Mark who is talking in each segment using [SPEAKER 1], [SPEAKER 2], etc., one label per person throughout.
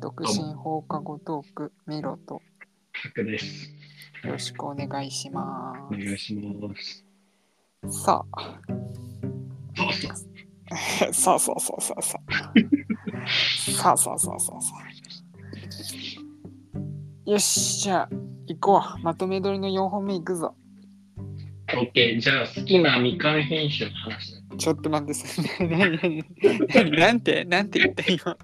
[SPEAKER 1] 革新放課後トーク、ミロと、
[SPEAKER 2] タクです。
[SPEAKER 1] よろしくお願いしま
[SPEAKER 2] お願いします。
[SPEAKER 1] す。さあ、
[SPEAKER 2] そうそう。
[SPEAKER 1] さあさあさあさあさあ。さあさあさあさあさあ。よし、じゃあ、行こう。まとめ撮りの4本目行くぞ。
[SPEAKER 2] オッケー、じゃあ好きなみかん品種の話だ。
[SPEAKER 1] ちょっと待って、それ何何なんて、なんて言った今。
[SPEAKER 2] 好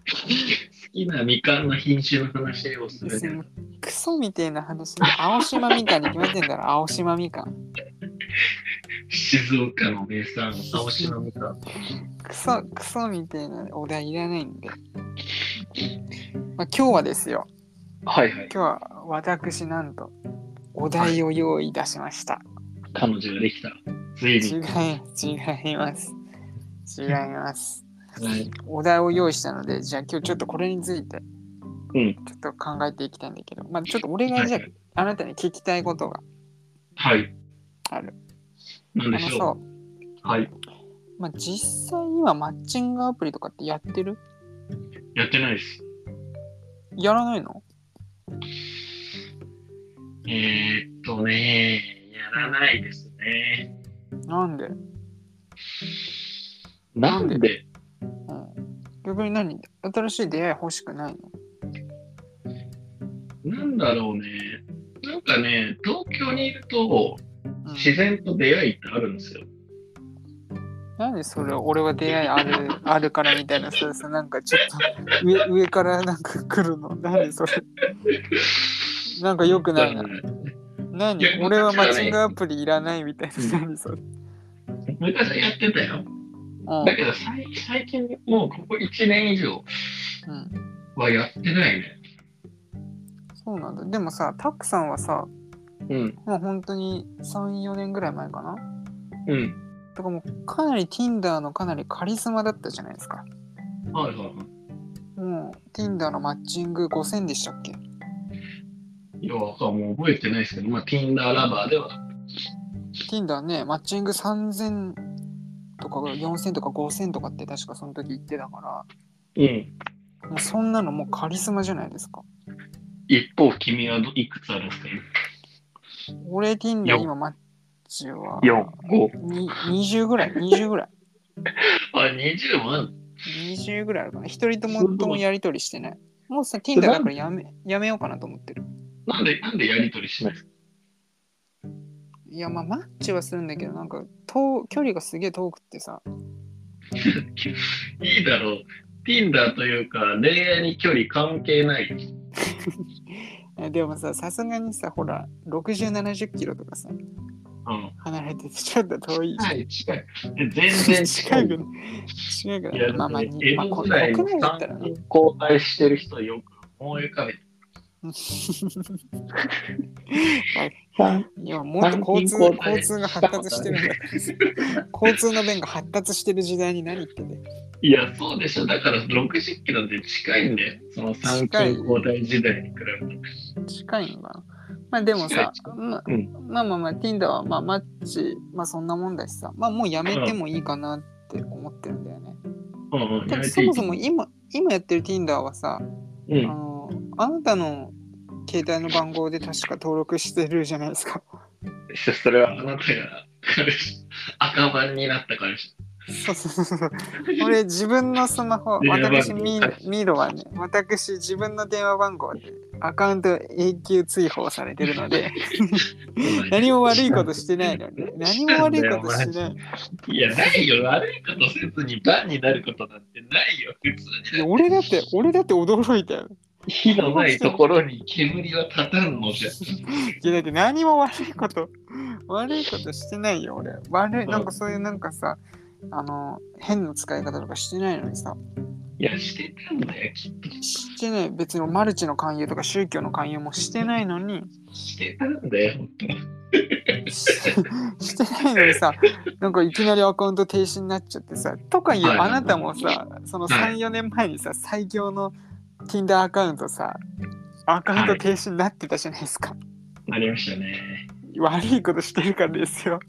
[SPEAKER 2] きなみかんの品種の話をする
[SPEAKER 1] 別。にクソみてえな話、青島みかんに決まってんだろ、青島みかん。
[SPEAKER 2] 静岡の名産、青島みかん。
[SPEAKER 1] クソ、クソみたいなお題いらないんで。まあ、今日はですよ。
[SPEAKER 2] はいはい。
[SPEAKER 1] 今日は私なんとお題を用意いたしました。
[SPEAKER 2] 彼女ができた。つい
[SPEAKER 1] 違い、
[SPEAKER 2] に。
[SPEAKER 1] 違います。違います。
[SPEAKER 2] はい。
[SPEAKER 1] お題を用意したので、じゃあ今日ちょっとこれについて、
[SPEAKER 2] うん
[SPEAKER 1] ちょっと考えていきたいんだけど、まあちょっと俺がじゃああなたに聞きたいことが
[SPEAKER 2] はい。
[SPEAKER 1] ある。
[SPEAKER 2] なん
[SPEAKER 1] あ
[SPEAKER 2] で
[SPEAKER 1] の
[SPEAKER 2] しょ。
[SPEAKER 1] そう
[SPEAKER 2] はい。
[SPEAKER 1] う、まあ実際今マッチングアプリとかってやってる
[SPEAKER 2] やってないです。
[SPEAKER 1] やらないの
[SPEAKER 2] えー、っとね、やらないですね。
[SPEAKER 1] なんで、う
[SPEAKER 2] なんで
[SPEAKER 1] ん、逆に何新しい出会い欲しくないの
[SPEAKER 2] なんだろうね。なんかね、東京にいると
[SPEAKER 1] うん
[SPEAKER 2] 自然と出会いってあるんですよ。
[SPEAKER 1] なんでそれ俺は出会いあるあるからみたいなそうそうなんかちょっと上上からなんか来るのなんでそれなんか良くないな
[SPEAKER 2] だから
[SPEAKER 1] 何
[SPEAKER 2] いや
[SPEAKER 1] 俺はマッチングアプリいらないみたいな何それ
[SPEAKER 2] 昔やってたよ。
[SPEAKER 1] うん
[SPEAKER 2] だけど最最近、もうここ1年以上
[SPEAKER 1] うん
[SPEAKER 2] はやってないね。
[SPEAKER 1] そうなんだでもさタクさんはさ
[SPEAKER 2] うん。
[SPEAKER 1] もう本当に34年ぐらい前かな
[SPEAKER 2] うん。
[SPEAKER 1] とかもうかなり Tinder のかなりカリスマだったじゃないですか
[SPEAKER 2] はいはいは
[SPEAKER 1] もう Tinder のマッチング5000でしたっけ
[SPEAKER 2] い。いや、わかんもう覚えてないですけど、まあ、Tinder ラバーでは。
[SPEAKER 1] Tinder ね、マッチング3000とか4000とか5000とかって確かその時言ってたか
[SPEAKER 2] うん。
[SPEAKER 1] ら、もうそんなのもうカリスマじゃないですか。
[SPEAKER 2] 一方、君はどいくつあるんですか
[SPEAKER 1] 俺 Tinder
[SPEAKER 2] よ
[SPEAKER 1] 今マッチは
[SPEAKER 2] 四五
[SPEAKER 1] に20ぐらい、20ぐらい。
[SPEAKER 2] あ、20もある
[SPEAKER 1] 20ぐらいあるかな。一人ともともやりとりしてない。もうさ、Tinder だからやめやめようかなと思ってる。
[SPEAKER 2] なんで、なんでやりとりしないんですか
[SPEAKER 1] いや、まあマッチはするんだけど、なんか遠距離がすげえ遠くってさ、
[SPEAKER 2] いいだろう。Tinder というか、恋愛に距離関係ない。
[SPEAKER 1] えでもさ、さすがにさ、ほら、60、70キロとかさ、
[SPEAKER 2] うん。
[SPEAKER 1] 離れててちょっと遠いじゃん。
[SPEAKER 2] はい、近い。全然近
[SPEAKER 1] 近
[SPEAKER 2] い
[SPEAKER 1] く。ない。近くな
[SPEAKER 2] い
[SPEAKER 1] い。
[SPEAKER 2] や、
[SPEAKER 1] まあまあ、
[SPEAKER 2] 江戸
[SPEAKER 1] にまあ、こ
[SPEAKER 2] 時
[SPEAKER 1] 国
[SPEAKER 2] 代
[SPEAKER 1] 内
[SPEAKER 2] の
[SPEAKER 1] だったら
[SPEAKER 2] 3
[SPEAKER 1] ね。
[SPEAKER 2] 人交代してる人をよく思い浮かべて。
[SPEAKER 1] いや、もっと交通
[SPEAKER 2] 参勤交代
[SPEAKER 1] 交通が発達してるんだから。交通の便が発達してる時代に何言ってね。
[SPEAKER 2] いや、そうでしょ。だから60キロで近いんだよ。その三
[SPEAKER 1] 近い
[SPEAKER 2] 級交代時代に比べて。
[SPEAKER 1] 近いのかな。まあでもさ、まあ
[SPEAKER 2] うん
[SPEAKER 1] まあまあまあ、Tinder はまあマッチ、まあそんなもんだしさ、まあもうやめてもいいかなって思ってるんだよね。
[SPEAKER 2] うんうん、
[SPEAKER 1] ただ
[SPEAKER 2] やめ
[SPEAKER 1] そ
[SPEAKER 2] ていい
[SPEAKER 1] もそも今、今やってる Tinder はさ、
[SPEAKER 2] う
[SPEAKER 1] あ
[SPEAKER 2] ん。
[SPEAKER 1] の、あなたの携帯の番号で確か登録してるじゃないですか。
[SPEAKER 2] そそれはあなたが彼氏、赤番になった彼氏。
[SPEAKER 1] そうそうそうそう。 俺、自分のスマホ、
[SPEAKER 2] 電話番号
[SPEAKER 1] 私ミ、ミロはね、私、自分の電話番号で、アカウント永久追放されてるの で、何も悪いことしてないのね。何も悪いことしてない。
[SPEAKER 2] いや、ないよ。悪いことせずに番になることなんてないよ。普通
[SPEAKER 1] いや俺だって、俺だって驚いたよ。
[SPEAKER 2] に。火のないところに煙は立たんのじゃ。
[SPEAKER 1] いや、だって何も悪いこと、悪いことしてないよ、俺。悪い、なんかそういうなんかさ、あの、変な使い方とかしてないのにさ、
[SPEAKER 2] いや、してたんだよ。きっと
[SPEAKER 1] してない、別にマルチの勧誘とか宗教の勧誘もしてないのに、
[SPEAKER 2] してたんだよ。本当に
[SPEAKER 1] してないのにさ、なんかいきなりアカウント停止になっちゃってさ、とかいう
[SPEAKER 2] はい
[SPEAKER 1] あなたもさ、その
[SPEAKER 2] は
[SPEAKER 1] 3、4年前にさ、最強の Tinder アカウントさ、アカウント停止になってたじゃないですか。
[SPEAKER 2] なりましたね。
[SPEAKER 1] 悪いことしてるからですよ。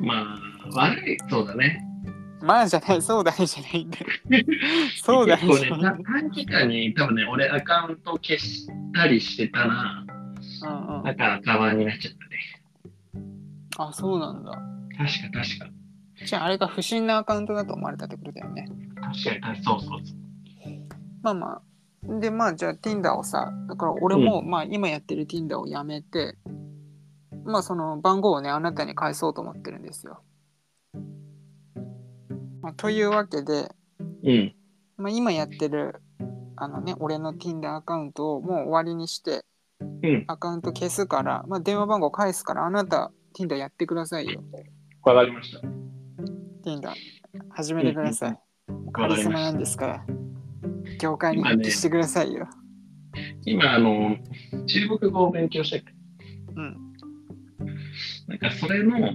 [SPEAKER 2] まあ、悪い、そうだね。
[SPEAKER 1] まあじゃない、そうだいじゃない んだよ。そうだい
[SPEAKER 2] 結
[SPEAKER 1] じ
[SPEAKER 2] 構
[SPEAKER 1] ゃ
[SPEAKER 2] ね、
[SPEAKER 1] ない。
[SPEAKER 2] な短期間に多分ね、俺アカウント消したりしてたな。
[SPEAKER 1] うんう
[SPEAKER 2] だ
[SPEAKER 1] ん、
[SPEAKER 2] からカバンになっちゃったね。
[SPEAKER 1] あ、そうなんだ。
[SPEAKER 2] 確か確か。
[SPEAKER 1] じゃああれが不審なアカウントだと思われたってことだよね。
[SPEAKER 2] 確かに確かに、そうそうそう。
[SPEAKER 1] まあまあ。で、まあじゃあ Tinder をさ、だから俺も、まあ今やってる Tinder をやめて、まあその番号をね、あなたに返そうと思ってるんですよ。まあ、というわけで、
[SPEAKER 2] うん。
[SPEAKER 1] まあ、今やってるあのね俺の Tinder アカウントをもう終わりにして
[SPEAKER 2] うん。
[SPEAKER 1] アカウント消すから、まあ、電話番号返すからあなた Tinder やってくださいよ
[SPEAKER 2] わかりました。
[SPEAKER 1] Tinder 始めてください、カ
[SPEAKER 2] わか
[SPEAKER 1] リ
[SPEAKER 2] り
[SPEAKER 1] ス
[SPEAKER 2] ま
[SPEAKER 1] マ
[SPEAKER 2] し
[SPEAKER 1] な
[SPEAKER 2] た
[SPEAKER 1] んですから業界に復帰してくださいよ、
[SPEAKER 2] 今、あの、中国語を勉強してて、
[SPEAKER 1] うん
[SPEAKER 2] なんかそれの、や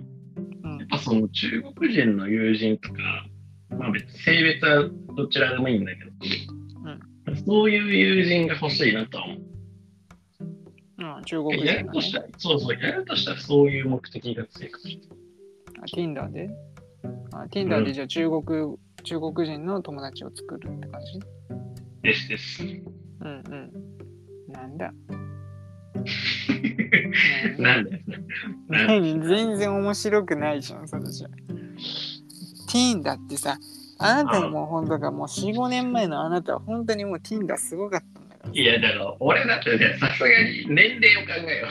[SPEAKER 1] うん
[SPEAKER 2] っぱその中国人の友人とか、まあ別に性別はどちらでもいいんだけど、そういう友人が欲しいなとは思う。
[SPEAKER 1] うん、中国人
[SPEAKER 2] やる
[SPEAKER 1] の、
[SPEAKER 2] とし
[SPEAKER 1] ね、
[SPEAKER 2] たら、そうそう、やるとしたらそういう目的が強くて。
[SPEAKER 1] あ Tinder であ Tinder でじゃあ中国、中国人の友達を作るって感じ
[SPEAKER 2] ですです。
[SPEAKER 1] うんうんなんだなんだ
[SPEAKER 2] なんだよね。なん
[SPEAKER 1] 何 全然面白くないじゃん、それじゃ。Teen だってさ、あなたもう本当がもう4、5年前のあなたは本当にもう Teen だすごかったんだから。
[SPEAKER 2] いや、だから俺だってね、さすがに年齢を考えよ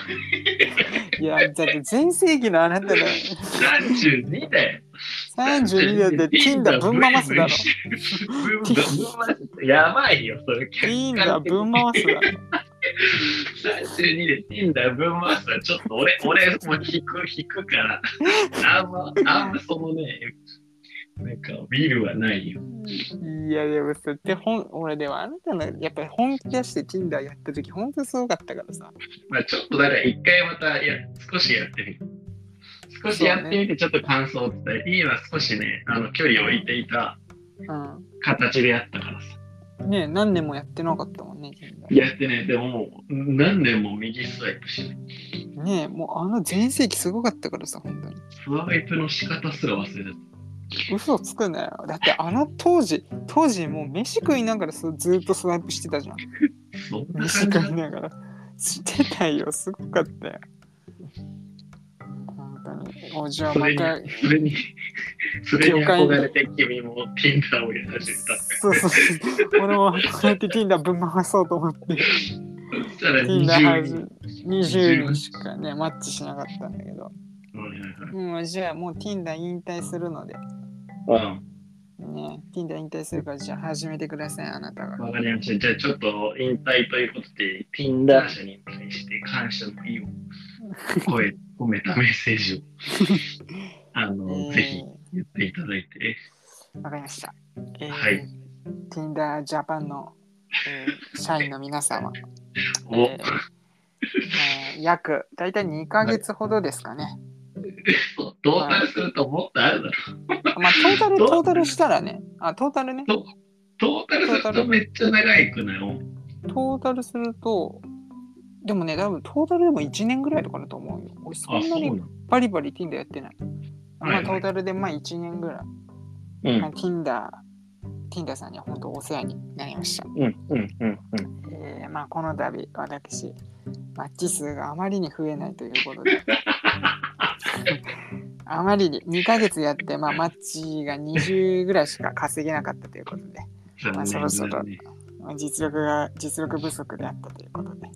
[SPEAKER 2] う。
[SPEAKER 1] いや、だって全盛期のあなただよ。
[SPEAKER 2] 32だよ。
[SPEAKER 1] 32だって Teen だぶん回す だろ。
[SPEAKER 2] ぶんぶん回す。やばいよ、それ。
[SPEAKER 1] Teen だぶん回すだろ。
[SPEAKER 2] 32で Tinder 分回すはちょっと俺、俺も引く、引くから、あんま、あんまそのね、なんかビルはないよ。
[SPEAKER 1] いや、でもさ、でほん俺でもあなたのやっぱり本気出して Teen だやった時本当すごかったからさ。
[SPEAKER 2] まあちょっとだから一回またや、少しやってみる。少しやってみてちょっと感想を伝え、いいは少しね、あの距離を置いていた形でやったからさ。
[SPEAKER 1] うん。ねえ何年もやってなかったもんね、Teen だ。
[SPEAKER 2] やってね、でももう何年も右スワイプしてない。
[SPEAKER 1] ねえ、もうあの全盛期すごかったからさ、本当に。
[SPEAKER 2] スワイプの仕方すら忘れてた。
[SPEAKER 1] 嘘つくなよだってあの当時当時もう飯食いながらすずーっとスワイプしてたじゃん
[SPEAKER 2] そんな
[SPEAKER 1] 飯
[SPEAKER 2] 感じだ
[SPEAKER 1] 食いながらしてたよすごかったよ本当におじゃあ
[SPEAKER 2] そ
[SPEAKER 1] ま
[SPEAKER 2] れに
[SPEAKER 1] た、
[SPEAKER 2] そ れに、それに憧れて君も Tinder をやらせた。
[SPEAKER 1] そうそうそう俺もこうやって Tinder ぶん回そうと思って
[SPEAKER 2] そしたら
[SPEAKER 1] Tinder
[SPEAKER 2] 20人。
[SPEAKER 1] 20人しかねマッチしなかったんだけど
[SPEAKER 2] うん
[SPEAKER 1] もうじゃあもう Tinder 引退するのでね Tinder 引退するからじゃあ始めてくださいあなたが
[SPEAKER 2] わかりました。じゃあちょっと引退ということで、Tinder 社に対して感謝の意を声込めたメッセー ジを、あの、ぜひ
[SPEAKER 1] え
[SPEAKER 2] 言っていただいて。
[SPEAKER 1] ーわかりました、えー
[SPEAKER 2] はい。
[SPEAKER 1] Tinder Japan の、え ー社員の皆様、え
[SPEAKER 2] お、
[SPEAKER 1] ーえー約大体2ヶ月ほどですかね。
[SPEAKER 2] そうトータルするともっとあるだろ
[SPEAKER 1] まあトータル、
[SPEAKER 2] ど
[SPEAKER 1] ト
[SPEAKER 2] う
[SPEAKER 1] ータルしたらね、あ、トータルね、
[SPEAKER 2] トトータルするとめっちゃ長いくない
[SPEAKER 1] トータルすると、でもね、多分トータルでも1年ぐらいとかだと思うよ。俺そ
[SPEAKER 2] あ、
[SPEAKER 1] ん
[SPEAKER 2] そ
[SPEAKER 1] な
[SPEAKER 2] うな
[SPEAKER 1] に
[SPEAKER 2] の
[SPEAKER 1] バリバリ Tinder やってない。
[SPEAKER 2] はいはい
[SPEAKER 1] まあトータルでまあ1年ぐらい。
[SPEAKER 2] う
[SPEAKER 1] まあ、
[SPEAKER 2] ん、
[SPEAKER 1] Tinder、Tinder さんには本当お世話になりました。
[SPEAKER 2] うん、うん、うん、うん。
[SPEAKER 1] えーまあこの度私マッチ数があまりに増えないということ であまりに2ヶ月やって、まあ、マッチが20ぐらいしか稼げなかったということでまあそろそろ
[SPEAKER 2] 残念だね
[SPEAKER 1] まあ実力が実力不足であったということで、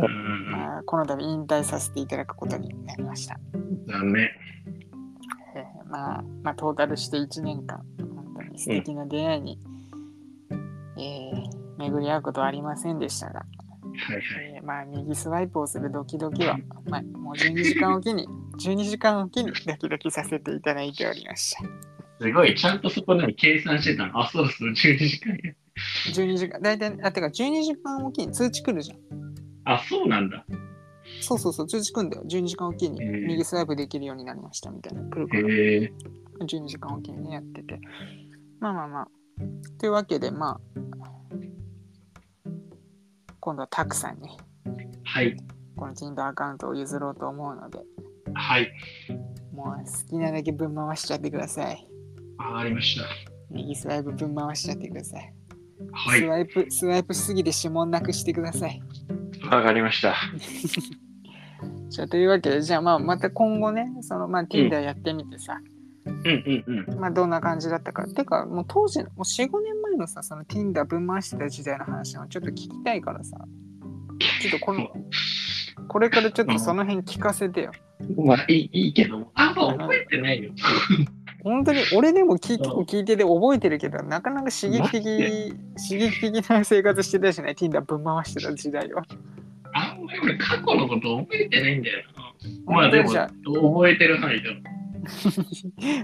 [SPEAKER 2] うん
[SPEAKER 1] まあ、この度引退させていただくことになりました、
[SPEAKER 2] 残念。
[SPEAKER 1] えーまあ、まあトータルして1年間本当に素敵な出会いに、えー巡り合うことはありませんでしたが
[SPEAKER 2] はいはい。
[SPEAKER 1] えーまあ右スワイプをするドキドキは、まあ、もう12時間おきに12時間おきにドキドキさせていただいておりました
[SPEAKER 2] すごい、ちゃんとそこでも計算してたの。あ、そうそう、12時間や。
[SPEAKER 1] 12時間大体あてか12時間おきに通知来るじゃん
[SPEAKER 2] あ、そうなんだ。
[SPEAKER 1] そうそうそう通知来るんだよ12時間おきに
[SPEAKER 2] へー
[SPEAKER 1] 右スワイプできるようになりましたみたいな来るか
[SPEAKER 2] へ
[SPEAKER 1] ら
[SPEAKER 2] え。
[SPEAKER 1] 12時間おきにねやっててまあまあまあというわけでまあ今度はたくさんに
[SPEAKER 2] はい。
[SPEAKER 1] この Tinder アカウントを譲ろうと思うので
[SPEAKER 2] はい。
[SPEAKER 1] もう好きなだけ分回しちゃってください
[SPEAKER 2] わかりました。
[SPEAKER 1] 右スワイプ分回しちゃってください。
[SPEAKER 2] はい
[SPEAKER 1] ス。ワイプ、スワイプしすぎて指紋なくしてください。
[SPEAKER 2] わかりました。
[SPEAKER 1] じゃあというわけで、じゃあまあまた今後ね、そのまあ Tinder やってみてさ、
[SPEAKER 2] うんうんうん。
[SPEAKER 1] まあどんな感じだったか。てか、もう当時、もう4、5年前のさ、その Tinder 分回してた時代の話をちょっと聞きたいからさ、ちょっとこの、これからちょっとその辺聞かせてよ。
[SPEAKER 2] まあいいいいけど、あんま覚えてないよ。
[SPEAKER 1] 本当に俺でも聞い結構聞いてて覚えてるけどなかなか刺激的刺激的な生活してたしね Tinder ぶん回してた時代は
[SPEAKER 2] あんまり俺過去のこと覚えてないんだよな。まあでも、
[SPEAKER 1] じゃあ
[SPEAKER 2] 覚えてる範囲でも。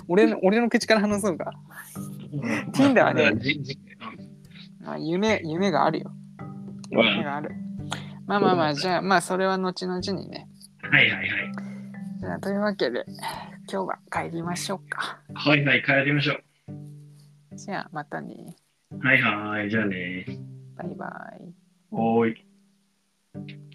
[SPEAKER 1] 俺の俺の口から話そうか、Tinder はね
[SPEAKER 2] じじ
[SPEAKER 1] まあ、夢夢があるよ
[SPEAKER 2] うん
[SPEAKER 1] 夢があるまあまあまあじゃあまあそれは後々にね
[SPEAKER 2] はいはいはい。
[SPEAKER 1] じゃあというわけで今日は帰りましょうか
[SPEAKER 2] はいはい、帰りましょ
[SPEAKER 1] じゃあまたね
[SPEAKER 2] う。はいはい、じゃあね。
[SPEAKER 1] バイバイ
[SPEAKER 2] おーい。